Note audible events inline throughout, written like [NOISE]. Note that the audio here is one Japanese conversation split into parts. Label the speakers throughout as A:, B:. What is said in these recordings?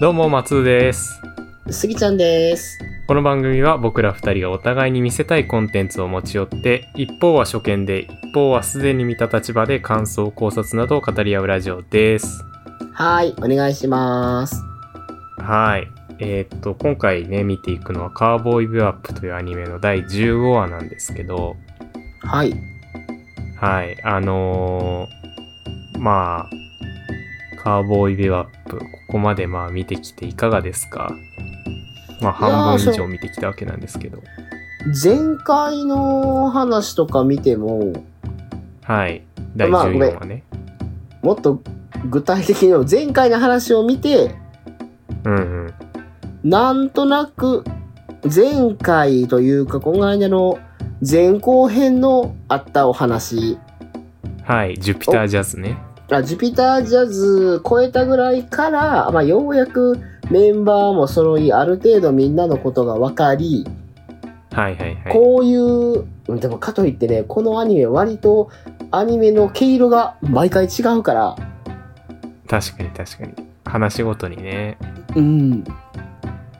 A: どうも松尾です
B: すぎちゃんです。
A: この番組は僕ら二人がお互いに見せたいコンテンツを持ち寄って一方は初見で一方はすでに見た立場で感想考察などを語り合うラジオです
B: はい、お願いします。
A: はいえーっと今回ね見ていくのは「カーボーイビューアップ」というアニメの第15話なんですけど
B: はい。
A: はいあのーまあカーボーイビューアップここまでまあ見てきていかがですかまあ半分以上見てきたわけなんですけど
B: 前回の話とか見ても、
A: はい第
B: まあごめん
A: 14話ね、
B: もっと具体的にも前回の話を見て、
A: うんうん
B: なんとなく前回というか、この間の前後編のあったお話、
A: はい、ジュピタージャズね。
B: あジュピタージャズ超えたぐらいから、まあ、ようやくメンバーも揃い、ある程度みんなのことが分かり、
A: はいはいはい。
B: こういう、うんでもかといってね、このアニメ割とアニメの毛色が毎回違うから、
A: 確かに確かに。話ごとにね。
B: うん。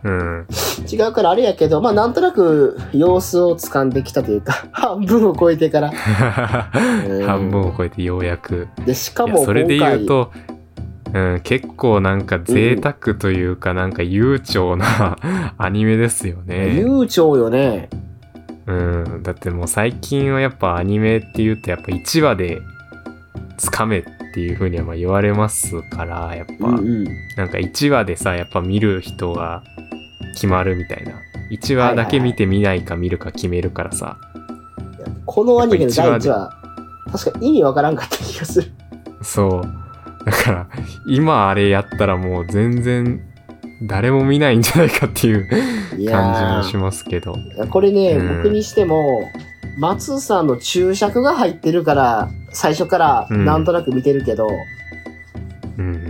A: うん。
B: 違うからあれやけど、まあなんとなく様子を掴んできたというか、 [LAUGHS] 半分を超えてから。
A: 半分を超えてようやく。
B: で、しか
A: いや、
B: も今
A: それ
B: 回、
A: で言うと、うん、結構なんか贅沢というか、なんか悠長な [LAUGHS] アニメですよね。
B: 悠長よね。
A: うん。だってもう最近はやっぱアニメって言うと、やっぱ1話でつかめっていう風にはまあ言われますから、やっぱ。
B: うん。
A: なんか1話でさやっぱ見る人が決まるみたいな1話だけ見て見ないか見るか決めるからさ、
B: このアニメの第1話、確か意味わからんかった気がする。
A: そうだから今あれやったらもう全然誰も見ないんじゃないかっていう
B: い
A: 感じも
B: や
A: し
B: ー
A: ますけど
B: いやこれね、
A: うん
B: 僕にしても、松さんの注釈が入ってるから、最初からなんとなく見てるけど、
A: うん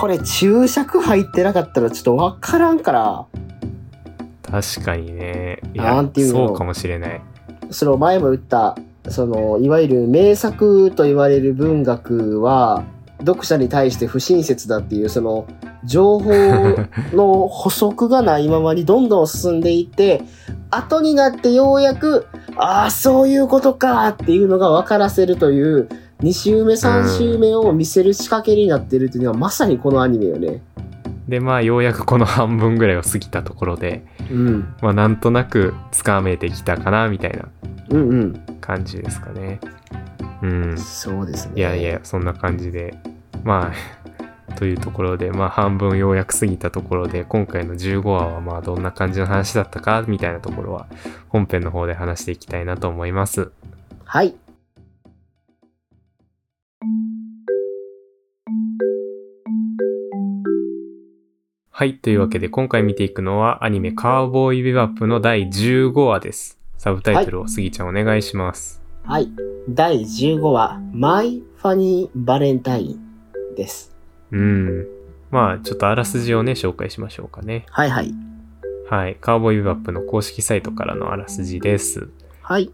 B: これ注釈入ってなかったらちょっとわからんから、
A: 確かにねい
B: な
A: や
B: んていうの
A: そうかもしれない
B: その前も言った、その、いわゆる名作と言われる文学は、読者に対して不親切だっていう、その、情報の補足がないままにどんどん進んでいって、後になってようやく、ああ、そういうことかっていうのが分からせるという、2週目、3週目を見せる仕掛けになってるっていうのは、まさにこのアニメよね。
A: でまあようやくこの半分ぐらいを過ぎたところで
B: うん。
A: まあなんとなくつかめてきたかなみたいな
B: うんうん。
A: 感じですかねうん
B: そうですね。
A: いやいや、そんな感じで。まあ、 [LAUGHS] というところで、まあ、半分ようやく過ぎたところで、今回の15話は、まあ、どんな感じの話だったか、みたいなところは、本編の方で話していきたいなと思います。
B: はい。
A: はい、というわけで、今回見ていくのは、アニメ、カーボーイビバップの第15話です。サブタイトルを、すぎちゃんお願いします。
B: はい。第15話、マイ・ファニー・バレンタインです。
A: うん。まあ、ちょっとあらすじをね、紹介しましょうかね。
B: はいはい。
A: はい、カーボーイビバップの公式サイトからのあらすじです。
B: はい。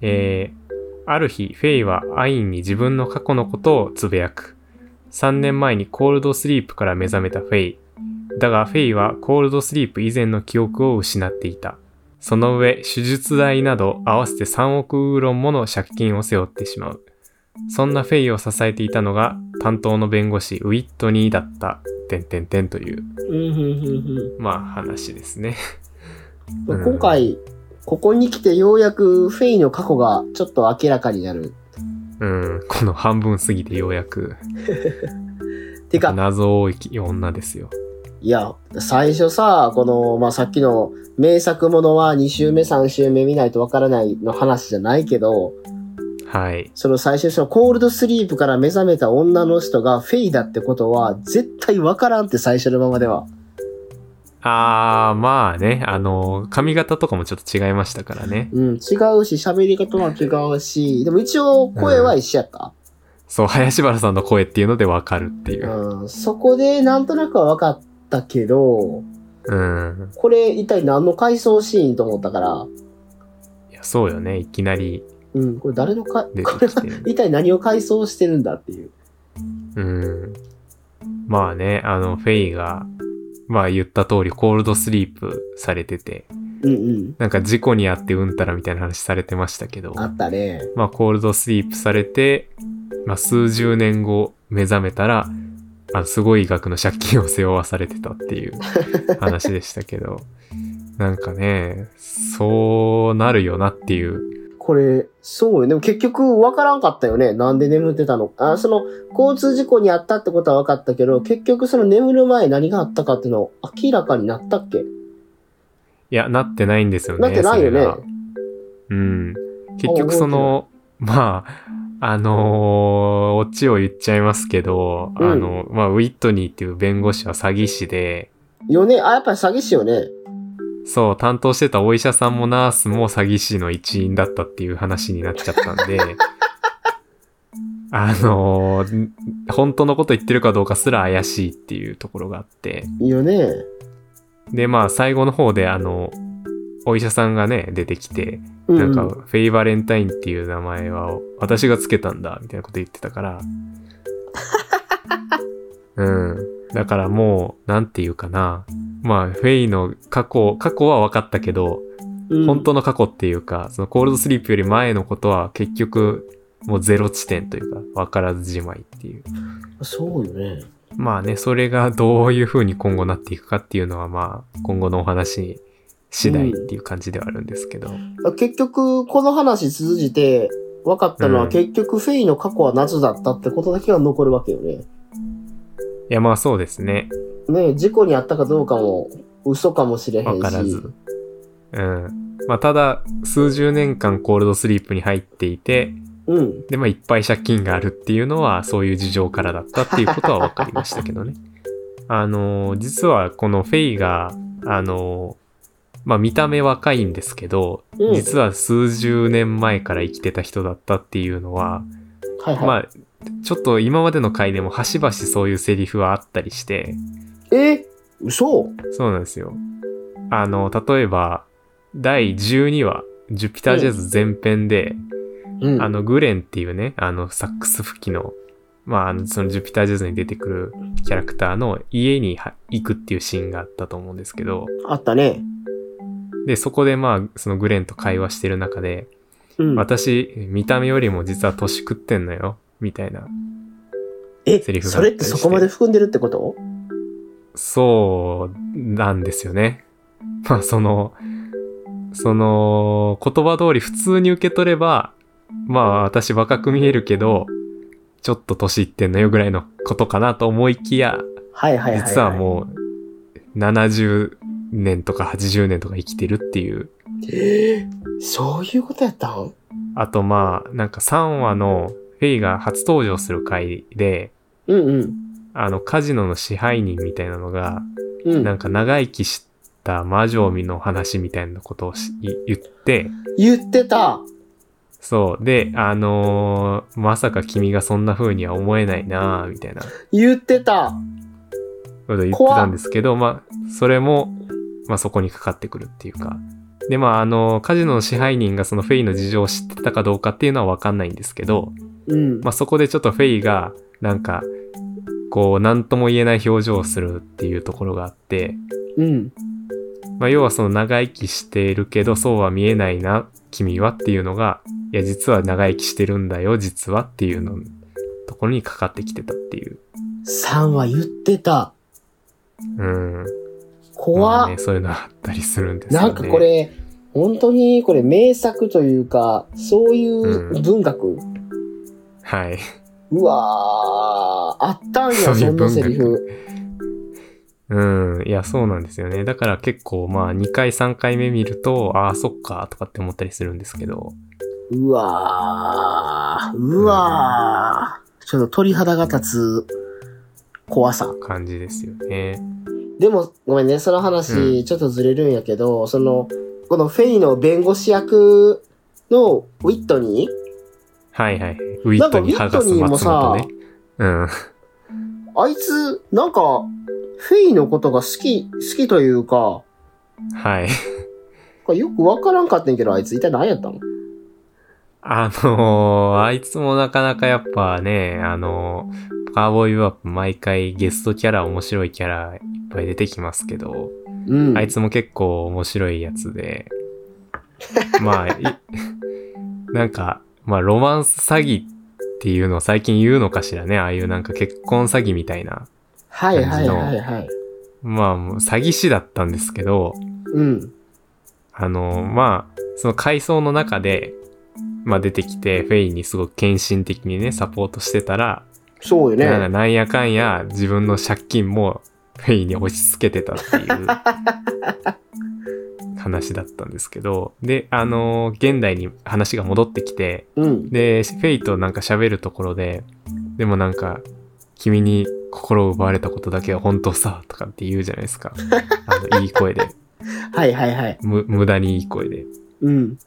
A: えーある日、フェイはアインに自分の過去のことをつぶやく。3年前にコールドスリープから目覚めたフェイ。だが、フェイはコールドスリープ以前の記憶を失っていた。その上、手術代など合わせて3億ウーロンもの借金を背負ってしまう。そんなフェイを支えていたのが、担当の弁護士ウィットニーだった。てんてんてんという、
B: うん、ふんふんふ
A: まあ話ですね。 [LAUGHS]
B: ん今回、ここに来てようやくフェイの過去がちょっと明らかになる。
A: うん、この半分過ぎてようやく、
B: てか、
A: 謎多い女ですよ。
B: いや、最初さ、この、まあ、さっきの名作ものは2週目、3週目見ないとわからないの話じゃないけど、
A: はい。
B: その最初にそのコールドスリープから目覚めた女の人がフェイだってことは絶対わからんって最初のままでは。
A: あー、まあね、あの、髪型とかもちょっと違いましたからね。
B: うん、違うし、喋り方も違うし、でも一応声は一緒やった。
A: そう、林原さんの声っていうのでわかるっていう。
B: うん、そこでなんとなくは分かったけど、
A: うん。
B: これ一体何の回想シーンと思ったから、
A: いや、そうよね。いきなり
B: うん、これ誰のか、こ
A: 出
B: れ
A: てき
B: は
A: てる。
B: 一体何を回想して [LAUGHS] るんだっていう。
A: うん。まあね、あの、フェイが、まあ言った通りコールドスリープされてて、
B: うんうん。
A: なんか事故にあってうんたらみたいな話されてましたけど、
B: あったね。
A: まあコールドスリープされて、まあ数十年後目覚めたら、あすごい額の借金を背負わされてたって
B: [LAUGHS]
A: いう話でしたけど、なんかね、そうなるよなっていう、
B: これ、そうよ。でも結局分からんかったよね。なんで眠ってたのか。あ、その、交通事故にあったってことは分かったけど、結局その眠る前何があったかっていうの明らかになったっけ
A: いや、なってないんですよね。
B: なってないよね
A: それがうん。結局その、まあ、あのーオチを言っちゃいますけど、
B: うん
A: あの、まあ、ウィットニーっていう弁護士は詐欺師で、
B: よね。あ、やっぱり詐欺師よね。
A: そう、担当してたお医者さんもナースも詐欺師の一員だったっていう話になっちゃったんで、あのー本当のこと言ってるかどうかすら怪しいっていうところがあって、
B: よね。
A: で、まあ、最後の方で、あの、お医者さんがね、出てきて、
B: う
A: なんか、
B: う
A: フェイバレンタインっていう名前は私がつけたんだ、みたいなこと言ってたから。うん。だからもう、なんていうかな。まあ、フェイの過去、過去は分かったけど、
B: うん
A: 本当の過去っていうか、そのコールドスリープより前のことは結局、もうゼロ地点というか、分からずじまいっていう。
B: そうよね。
A: まあね、それがどういう風に今後なっていくかっていうのは、まあ、今後のお話次第っていう感じではあるんですけど。
B: 結局、この話通じて分かったのは、
A: うん
B: 結局フェイの過去は夏だったってことだけが残るわけよね。
A: いや、まあそうですね。
B: ね事故にあったかどうかも嘘かもしれへんし。
A: わからず。うん。まあ、ただ、数十年間コールドスリープに入っていて、
B: うん。
A: で、まあ、いっぱい借金があるっていうのは、そういう事情からだったっていうことは分かりましたけど
B: [LAUGHS]
A: ね。あのー、実はこのフェイが、あのー、まあ、見た目若いんですけど、
B: うん。
A: 実は数十年前から生きてた人だったっていうのは、
B: はいはい。
A: まあ、ちょっと今までの回でも端々そういうセリフはあったりして、
B: え嘘
A: そうなんですよ。あの、例えば、第12話、ジュピタージャズ前編で、
B: うん。
A: あの、グレンっていうね、あの、サックス吹きの、まああの、そのジュピタージャズに出てくるキャラクターの家には行くっていうシーンがあったと思うんですけど、
B: あったね。
A: で、そこでまあ、そのグレンと会話してる中で、
B: うん。
A: 私、見た目よりも実は年食ってんのよ、みたいな。
B: え
A: セリフがあ
B: そ
A: った
B: れっ
A: りして
B: てそこまで含んでるってこと
A: そうなんですよね。 [LAUGHS] まあその、その言葉通り普通に受け取れば、まあ私若く見えるけど、ちょっと年いってんのよぐらいのことかなと思いきや、
B: はいはいはい、
A: 実はもう70年とか80年とか生きてるっていう。
B: えーそういうことやったん
A: あとまあなんか3話のフェイが初登場する回で、
B: うんうん。
A: あのカジノの支配人みたいなのが、
B: うん。
A: なんか長生きした魔女の話みたいなことをしい言って、
B: 言ってた。
A: そう。で、あのーまさか君がそんな風には思えないなぁみたいなこ
B: 言ってた。
A: と言ってたんですけど、まあ、それも、まあそこにかかってくるっていうか。で、まあ、あのーカジノの支配人がそのフェイの事情を知ってたかどうかっていうのはわかんないんですけど、
B: うん。
A: まあそこでちょっとフェイが、なんか、こう、なんとも言えない表情をするっていうところがあって、
B: うん。
A: まあ、要はその長生きしてるけどそうは見えないな君はっていうのがいや実は長生きしてるんだよ実はっていうのところにかかってきてたっていう
B: さんは言ってた。
A: うんま
B: 怖
A: あ
B: っ
A: ね、そういうのあったりするんですよね
B: なんかこれ、本当にこれ名作というか、そういううん文学。う
A: はいう
B: わー、あったんや、
A: そうい
B: そう
A: 文
B: ん
A: 学
B: なセリフ。
A: うんいやそうなんですよねだから結構まあ2回3回目見るとああそっかとかって思ったりするんですけど
B: うわー、うわー。ちょっと鳥肌が立つ怖さ。
A: 感じですよね
B: でも、ごめんね、その
A: う
B: 話、ちょっとずれるんやけど、その、このフェイの弁護士役のウィットニー
A: はいはいウィットに剥がす
B: なんかウィットニーも
A: 松
B: さ
A: 本ねうん
B: あいつ、なんか、フェイのことが好き、好きというか、
A: はい [LAUGHS]
B: よくわからんかったんやけど、あいつ一体何やったの
A: あのーあいつもなかなかやっぱね、あのーカーボーイ・ブアップ毎回ゲストキャラ面白いキャラいっぱい出てきますけど、
B: うん。
A: あいつも結構面白いやつで、まあ、い [LAUGHS] なんか、まあ、ロマンス詐欺っていうのを最近言うのかしらね。ああいうなんか結婚詐欺みたいな。
B: はいはいはいはい。
A: まあ、もう詐欺師だったんですけど、
B: うん。
A: あの、まあ、その階層の中で、まあ出てきて、フェイにすごく献身的にね、サポートしてたら、
B: そうよ
A: なんか
B: ね。
A: なんやかんや自分の借金もフェイに押し付けてたっていう話だったんですけど、で、あのー現代に話が戻ってきて、
B: うん。
A: で、フェイとなんか喋るところで、でもなんか、君に心を奪われたことだけは本当さ、とかって言うじゃないですか。あの、いい声で。
B: はいはいはい。
A: む、無駄にいい声で。
B: うん。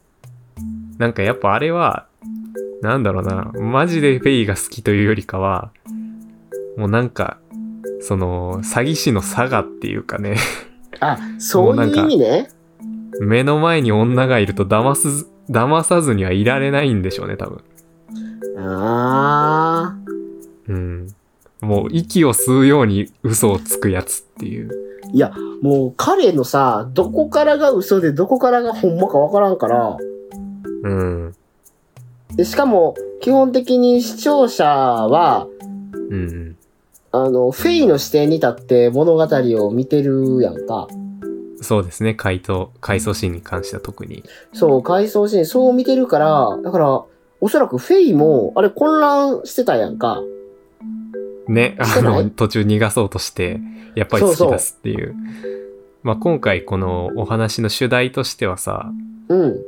A: なんかやっぱあれは、なんだろうな、マジでフェイが好きというよりかは、もうなんか、その、詐欺師の差がっていうかね、 [LAUGHS]
B: あ、そういう意味ね。
A: 目の前に女がいると騙す、騙さずにはいられないんでしょうね、多分。
B: あ
A: うん。もう息を吸うように嘘をつくやつっていう。
B: あ。いや、もう彼のさ、どこからが嘘でどこからがほんまかわからんから。
A: うん。
B: で、しかも、基本的に視聴者は、
A: うん。
B: あの、フェイの視点に立って物語を見てるやんか。
A: そうですね、回答、回想シーンに関しては特に。
B: そう、回想シーン、そう見てるから、だから、おそらくフェイも、あれ混乱してたやんか。
A: ね、
B: して
A: あ
B: ない
A: の、途中逃がそうとして、やっぱり好きですっていう。まあ、今回このお話の主題としてはさ、
B: うん。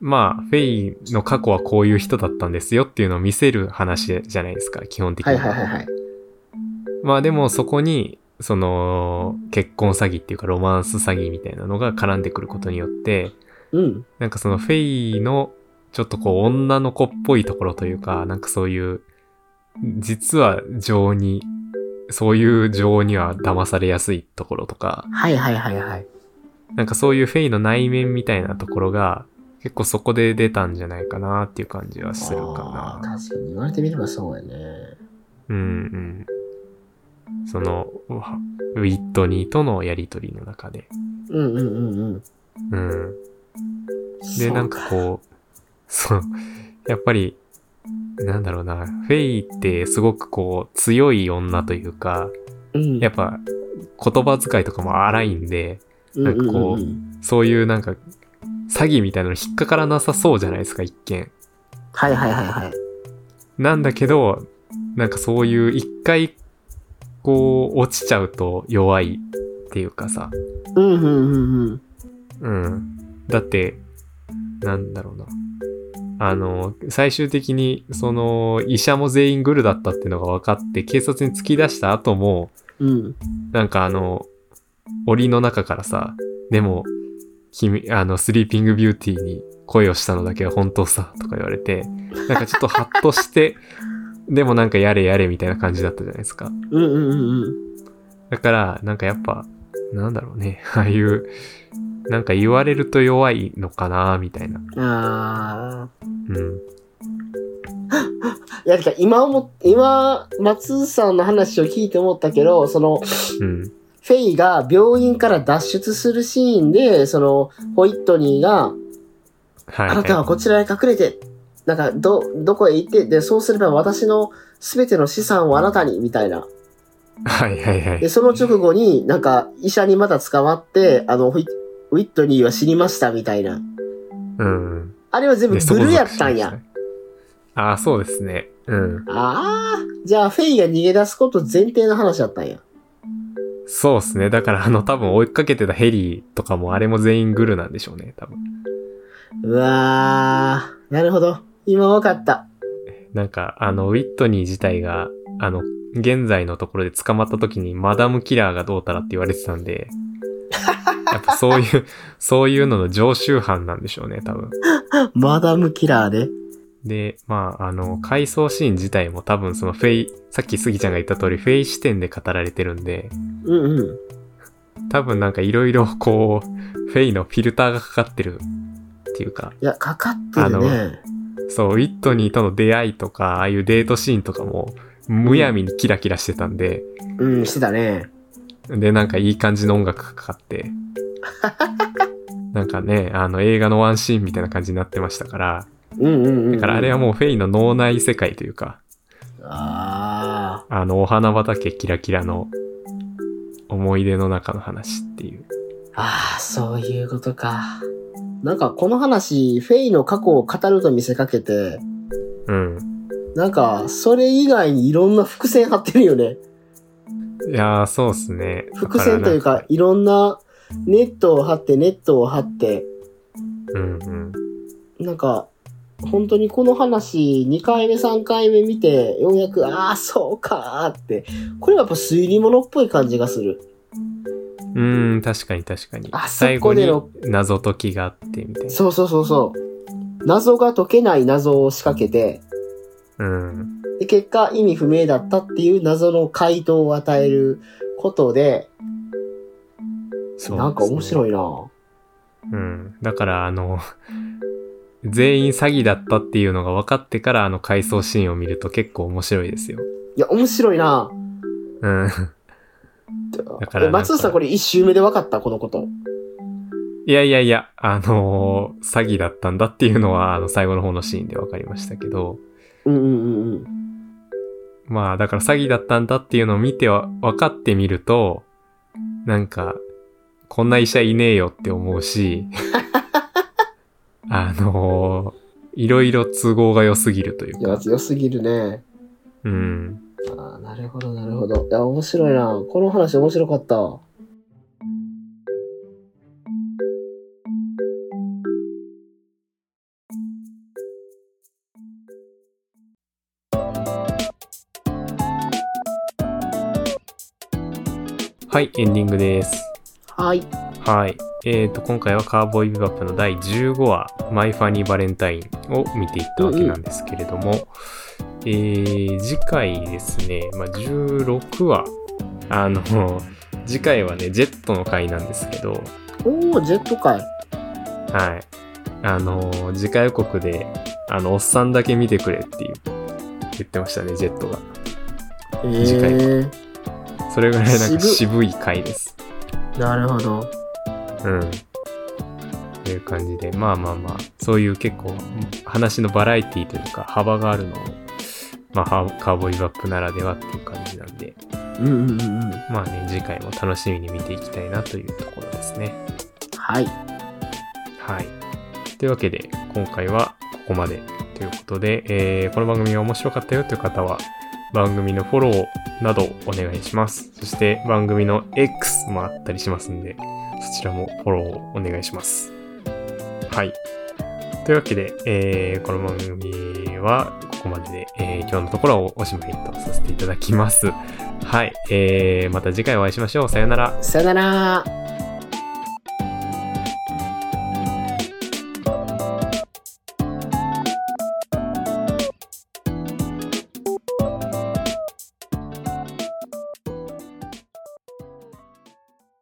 A: まあ、フェイの過去はこういう人だったんですよっていうのを見せる話じゃないですか、基本的
B: は
A: に
B: い
A: は。
B: はいはいはい。
A: まあでもそこに、その、結婚詐欺っていうかロマンス詐欺みたいなのが絡んでくることによって、
B: うん。
A: なんかそのフェイのちょっとこう女の子っぽいところというか、なんかそういう、実は情に、そういう情には騙されやすいところとか、
B: はいはいはいはい。
A: なんかそういうフェイの内面みたいなところが、結構そこで出たんじゃないかなっていう感じはする
B: あ
A: か
B: ー
A: な。
B: 確かに言われてみればそうやね。
A: うんうん。その、わウィットニーとのやりとりの中で。
B: うんうんうんうん。
A: うん。
B: そ
A: で、
B: う
A: なんかこう、そう、やっぱり、なんだろうな、フェイってすごくこう、強い女というか、
B: うん、
A: やっぱ、言葉遣いとかも荒いんで、なんかこう
B: うんうんうん
A: そういうなんか、詐欺みたいなの引っかからなさそうじゃないですか、一見。
B: はいはいはいはい。
A: なんだけど、なんかそういう一回、こう、落ちちゃうと弱いっていうかさ、
B: うんうんうんうん。
A: うん。だって、なんだろうな。あの、最終的に、その、医者も全員グルだったっていうのが分かって、警察に突き出した後も、
B: うん。
A: なんかあの、檻の中からさ、でも、君、あの、スリーピングビューティーに恋をしたのだけは本当さ、とか言われて、なんかちょっとハッとして、でもなんかやれやれみたいな感じだったじゃないですか。
B: うんうんうんうん。
A: だから、なんかやっぱ、なんだろうね。 [LAUGHS] ああいう、なんか言われると弱いのかな、みたいな。
B: あ
A: うん。
B: あ。いや、てか今思っ、今、松さんの話を聞いて思ったけど、その、
A: うん。
B: フェイが病院から脱出するシーンで、その、ホイットニーが、
A: はい、
B: あなたはこちらへ隠れて、なんか、ど、どこへ行って、で、そうすれば私の全ての資産をあなたに、みたいな。
A: はいはいは
B: で、
A: い。
B: その直後になんか医者にまだ捕まって、あの、ホイウィットニーは死にましたみたいな。
A: うん。
B: あれは全部
A: で
B: ブルーやったん。
A: そこ
B: や。
A: そこああ、そうですね。うん。
B: ああ、じゃあフェイが逃げ出すこと前提の話だったんや。
A: そうですね。だから、あの、多分追いかけてたヘリとかも、あれも全員グルなんでしょうね、多分。
B: うわー、なるほど。今わかった。
A: なんか、あの、ウィットニー自体が、あの、現在のところで捕まった時に、マダムキラーがどうたらって言われてたんで、やっぱそういう、そういうのの常習犯なんでしょうね、多分。
B: マダムキラーね。
A: で、まあ、あの、回想シーン自体も多分そのフェイ、さっきスギちゃんが言った通り、フェイ視点で語られてるんで、
B: うんうん。
A: 多分なんかいろいろこう、フェイのフィルターがかかってるっていうか、
B: いや、かかってるね。
A: そう、ウィットニーとの出会いとか、ああいうデートシーンとかも、むやみにキラキラしてたんで、
B: うん、してたね。
A: で、なんかいい感じの音楽かかって、なんかね、あの映画のワンシーンみたいな感じになってましたから、
B: うんうんうん。
A: だからあれはもうフェイの脳内世界というか、
B: あ
A: あのお花畑キラキラの思い出の中の話っていう。
B: あ。ああ、そういうことか。なんかこの話、フェイの過去を語ると見せかけて、
A: うん。
B: なんか、それ以外にいろんな伏線張ってるよね。
A: いやー、そうっすね。
B: 伏線という
A: だ
B: か、
A: ら
B: いろんなネットを張って、ネットを張って、
A: なんか。うん
B: なんか、本当にこの話、2回目、3回目見て、ようやく、ああ、そうかーって、これはやっぱ推理物っぽい感じがする。
A: うん。うん、確かに確かに。
B: あそ
A: 最後
B: こ
A: に
B: での
A: 謎解きがあってみたいな。
B: そうそうそうそう。謎が解けない謎を仕掛けて、
A: うん。
B: で結果意味不明だったっていう謎の回答を与えることで、
A: そう
B: なんか面
A: い
B: 白いな
A: うん。だから、あの、全員詐欺だったっていうのが分かってから、あの回想シーンを見ると結構面白いですよ。
B: いや、面白いな
A: うん。だから
B: え松尾さ
A: なん
B: ん
A: か
B: これ一周目で分かったこのこと。
A: いやいやいや、あのー詐欺だったんだっていうのは、あの、最後の方のシーンで分かりましたけど、
B: うんうんうんうん。
A: まあ、だから詐欺だったんだっていうのを見ては、分かってみると、なんか、こんな医者いねえよって思うし、あのーいろいろ都合が良すぎるという
B: いや、
A: か、
B: 強すぎるね。
A: うん。
B: あーなるほどなるほど。いや、面白いなこの話面白かった。
A: はい、エンディングです。
B: はい。
A: はい。えっ、と、今回はカーボーイビバップの第15話、マイファニーバレンタインを見ていったわけなんですけれども、えー、次回ですね、まあ、16話、あの、 [LAUGHS] 次回はね、ジェットの回なんですけど、
B: おー、ジェット界。
A: はい。あの、次回予告で、あの、おっさんだけ見てくれっていう、言ってましたね、ジェットが。
B: え
A: 次回
B: ー、
A: それぐらいなんか
B: 渋
A: 渋い回です。
B: なるほど。
A: うん。という感じで、まあまあまあ、そういう結構、話のバラエティというか、幅があるのを、まあ、ハカーボーイビバップならではっていう感じなんで、
B: うんうんうんうん。
A: まあね、次回も楽しみに見ていきたいなというところですね。
B: はい。
A: はい。というわけで、今回はここまでということで、えーこの番組が面白かったよという方は、番組のフォローなどをお願いします。そして番組の X もあったりしますんで、そちらもフォローをお願いします。はい。というわけで、えーこの番組はここまでで、えー今日のところはおしまいとさせていただきます。はい。えーまた次回お会いしましょう。さよなら。
B: さよなら